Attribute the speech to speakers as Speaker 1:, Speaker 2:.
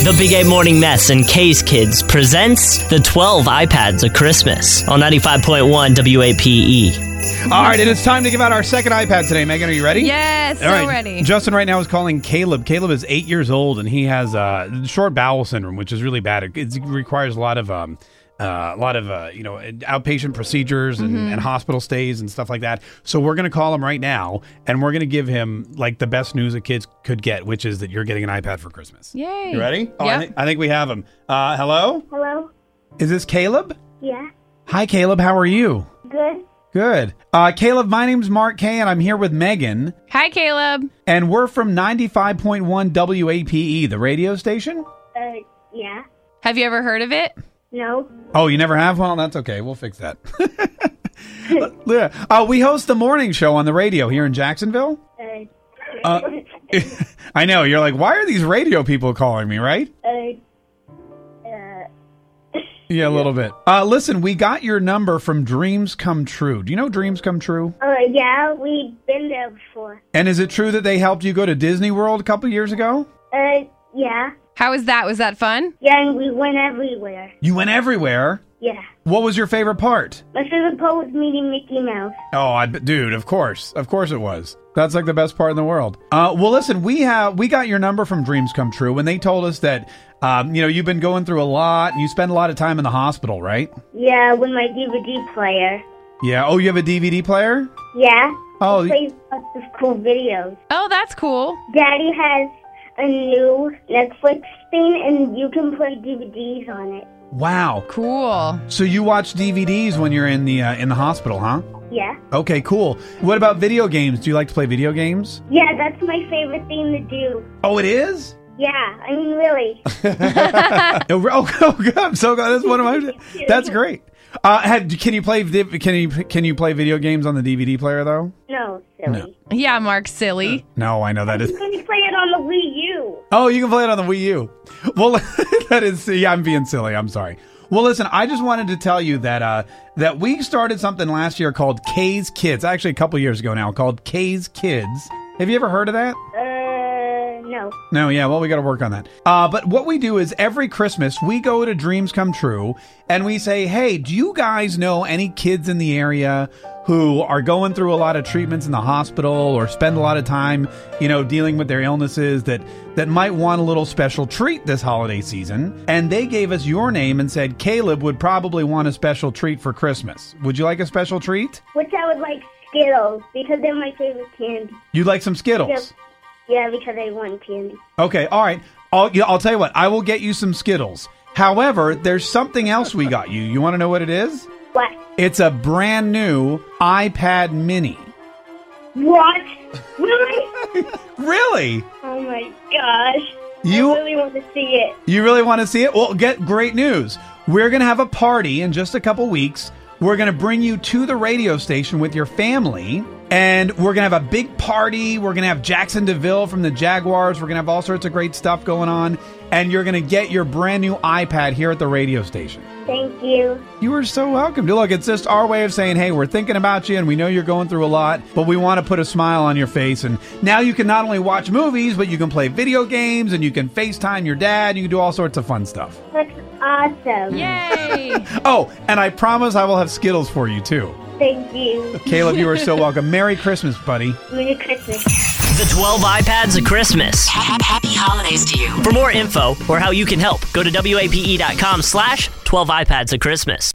Speaker 1: The Big A Morning Mess and K's Kids presents the 12 iPads of Christmas on 95.1 WAPE.
Speaker 2: All right, and it's time to give out our second iPad today. Megan, are you ready?
Speaker 3: Yes,
Speaker 2: All
Speaker 3: so
Speaker 2: right.
Speaker 3: ready.
Speaker 2: Justin right now is calling Caleb. Caleb is eight years old, and he has uh, short bowel syndrome, which is really bad. It, it requires a lot of um, uh, a lot of uh, you know outpatient procedures and,
Speaker 3: Mm-hmm.
Speaker 2: and hospital stays and stuff like that. So we're gonna call him right now, and we're gonna give him like the best news that kids could get, which is that you're getting an iPad for Christmas.
Speaker 3: Yay.
Speaker 2: You ready? Oh, I,
Speaker 3: Yep.
Speaker 2: thi- I think we have him. Uh, hello,
Speaker 4: Hello?
Speaker 2: is this Caleb?
Speaker 4: Yeah?
Speaker 2: Hi, Caleb. How are you?
Speaker 4: Good?
Speaker 2: Good. Uh, Caleb, my name's Mark Kay, and I'm here with Megan.
Speaker 3: Hi, Caleb.
Speaker 2: And we're from 95.1 WAPE, E, the radio station.
Speaker 4: Uh, yeah?
Speaker 3: Have you ever heard of it?
Speaker 4: No?
Speaker 2: Oh, you never have? Well, that's okay. We'll fix that. Yeah. uh, we host the morning show on the radio here in Jacksonville.
Speaker 4: Uh,
Speaker 2: Uh, I know. You're like, why are these radio people calling me, right?
Speaker 4: uh, uh,
Speaker 2: Yeah, a little bit. Uh, listen, we got your number from Dreams Come True. Do you know Dreams Come True?
Speaker 4: oh, yeah, we've been there before.
Speaker 2: And is it true that they helped you go to Disney World a couple years ago?
Speaker 4: Uh, yeah?
Speaker 3: How was that? Was that fun?
Speaker 4: Yeah, and we went everywhere.
Speaker 2: You went everywhere.
Speaker 4: Yeah.
Speaker 2: What was your favorite part?
Speaker 4: My favorite part was meeting Mickey Mouse.
Speaker 2: Oh, I, dude, of course, of course it was. That's like the best part in the world. Uh, well, listen, we have we got your number from Dreams Come True when they told us that um, you know you've been going through a lot and you spend a lot of time in the hospital, right?
Speaker 4: Yeah, with my DVD player.
Speaker 2: Yeah. Oh, you have a DVD player?
Speaker 4: Yeah?
Speaker 2: Oh, y-
Speaker 4: Plays lots of cool videos.
Speaker 3: Oh, that's cool.
Speaker 4: Daddy has a new Netflix thing, and you can play DVDs on it.
Speaker 2: wow.
Speaker 3: Cool.
Speaker 2: So you watch DVDs when you're in the uh, in the hospital, huh?
Speaker 4: Yeah?
Speaker 2: Okay, cool. What about video games? Do you like to play video games?
Speaker 4: Yeah, that's my favorite thing to do.
Speaker 2: Oh, it is.
Speaker 4: Yeah, I mean, really.
Speaker 2: Oh, oh, good. I'm so glad. That's one of my. That's great. Uh, had, can you play vi- can you can you play video games on the DVD player though?
Speaker 4: No, silly.
Speaker 3: Yeah, Mark, silly.
Speaker 2: No, I know that is.
Speaker 4: You can play it on the Wii U.
Speaker 2: Oh, you can play it on the Wii U. Well, that is. Yeah, I'm being silly. I'm sorry. Well, listen, I just wanted to tell you that uh, that we started something last year called K's Kids. Actually, a couple years ago now, called K's Kids. Have you ever heard of that?
Speaker 4: Uh, no.
Speaker 2: No, yeah, well, we got to work on that. Uh, but what we do is every Christmas, we go to Dreams Come True and we say, hey, do you guys know any kids in the area who are going through a lot of treatments in the hospital or spend a lot of time, you know, dealing with their illnesses that, that might want a little special treat this holiday season? And they gave us your name and said, Caleb would probably want a special treat for Christmas. Would you like a special treat?
Speaker 4: Which I would like Skittles because they're my favorite candy.
Speaker 2: You'd like some Skittles.
Speaker 4: Yep. Yeah, because I want candy.
Speaker 2: Okay, all right. I'll, yeah, I'll tell you what. I will get you some Skittles. However, there's something else we got you. You want to know what it is?
Speaker 4: What?
Speaker 2: It's a brand new iPad Mini.
Speaker 4: What? Really?
Speaker 2: Really?
Speaker 4: oh my gosh.
Speaker 2: You-
Speaker 4: I really want to see it.
Speaker 2: You really want to see it? Well, get great news. We're going to have a party in just a couple weeks. We're going to bring you to the radio station with your family, and we're going to have a big party. We're going to have Jackson DeVille from the Jaguars. We're going to have all sorts of great stuff going on, and you're going to get your brand new iPad here at the radio station.
Speaker 4: Thank you.
Speaker 2: You are so welcome. Look, it's just our way of saying, hey, we're thinking about you and we know you're going through a lot, but we want to put a smile on your face. And now you can not only watch movies, but you can play video games and you can FaceTime your dad. You can do all sorts of fun stuff.
Speaker 4: That's awesome.
Speaker 3: Yay.
Speaker 2: Oh, and I promise I will have Skittles for you too.
Speaker 4: Thank you.
Speaker 2: Caleb, you are so welcome. Merry Christmas, buddy.
Speaker 4: Merry Christmas.
Speaker 1: The 12 iPads of Christmas.
Speaker 5: Happy, happy holidays to you.
Speaker 1: E For more info or how you can help, go to WAPE.com slash 12 iPads of Christmas.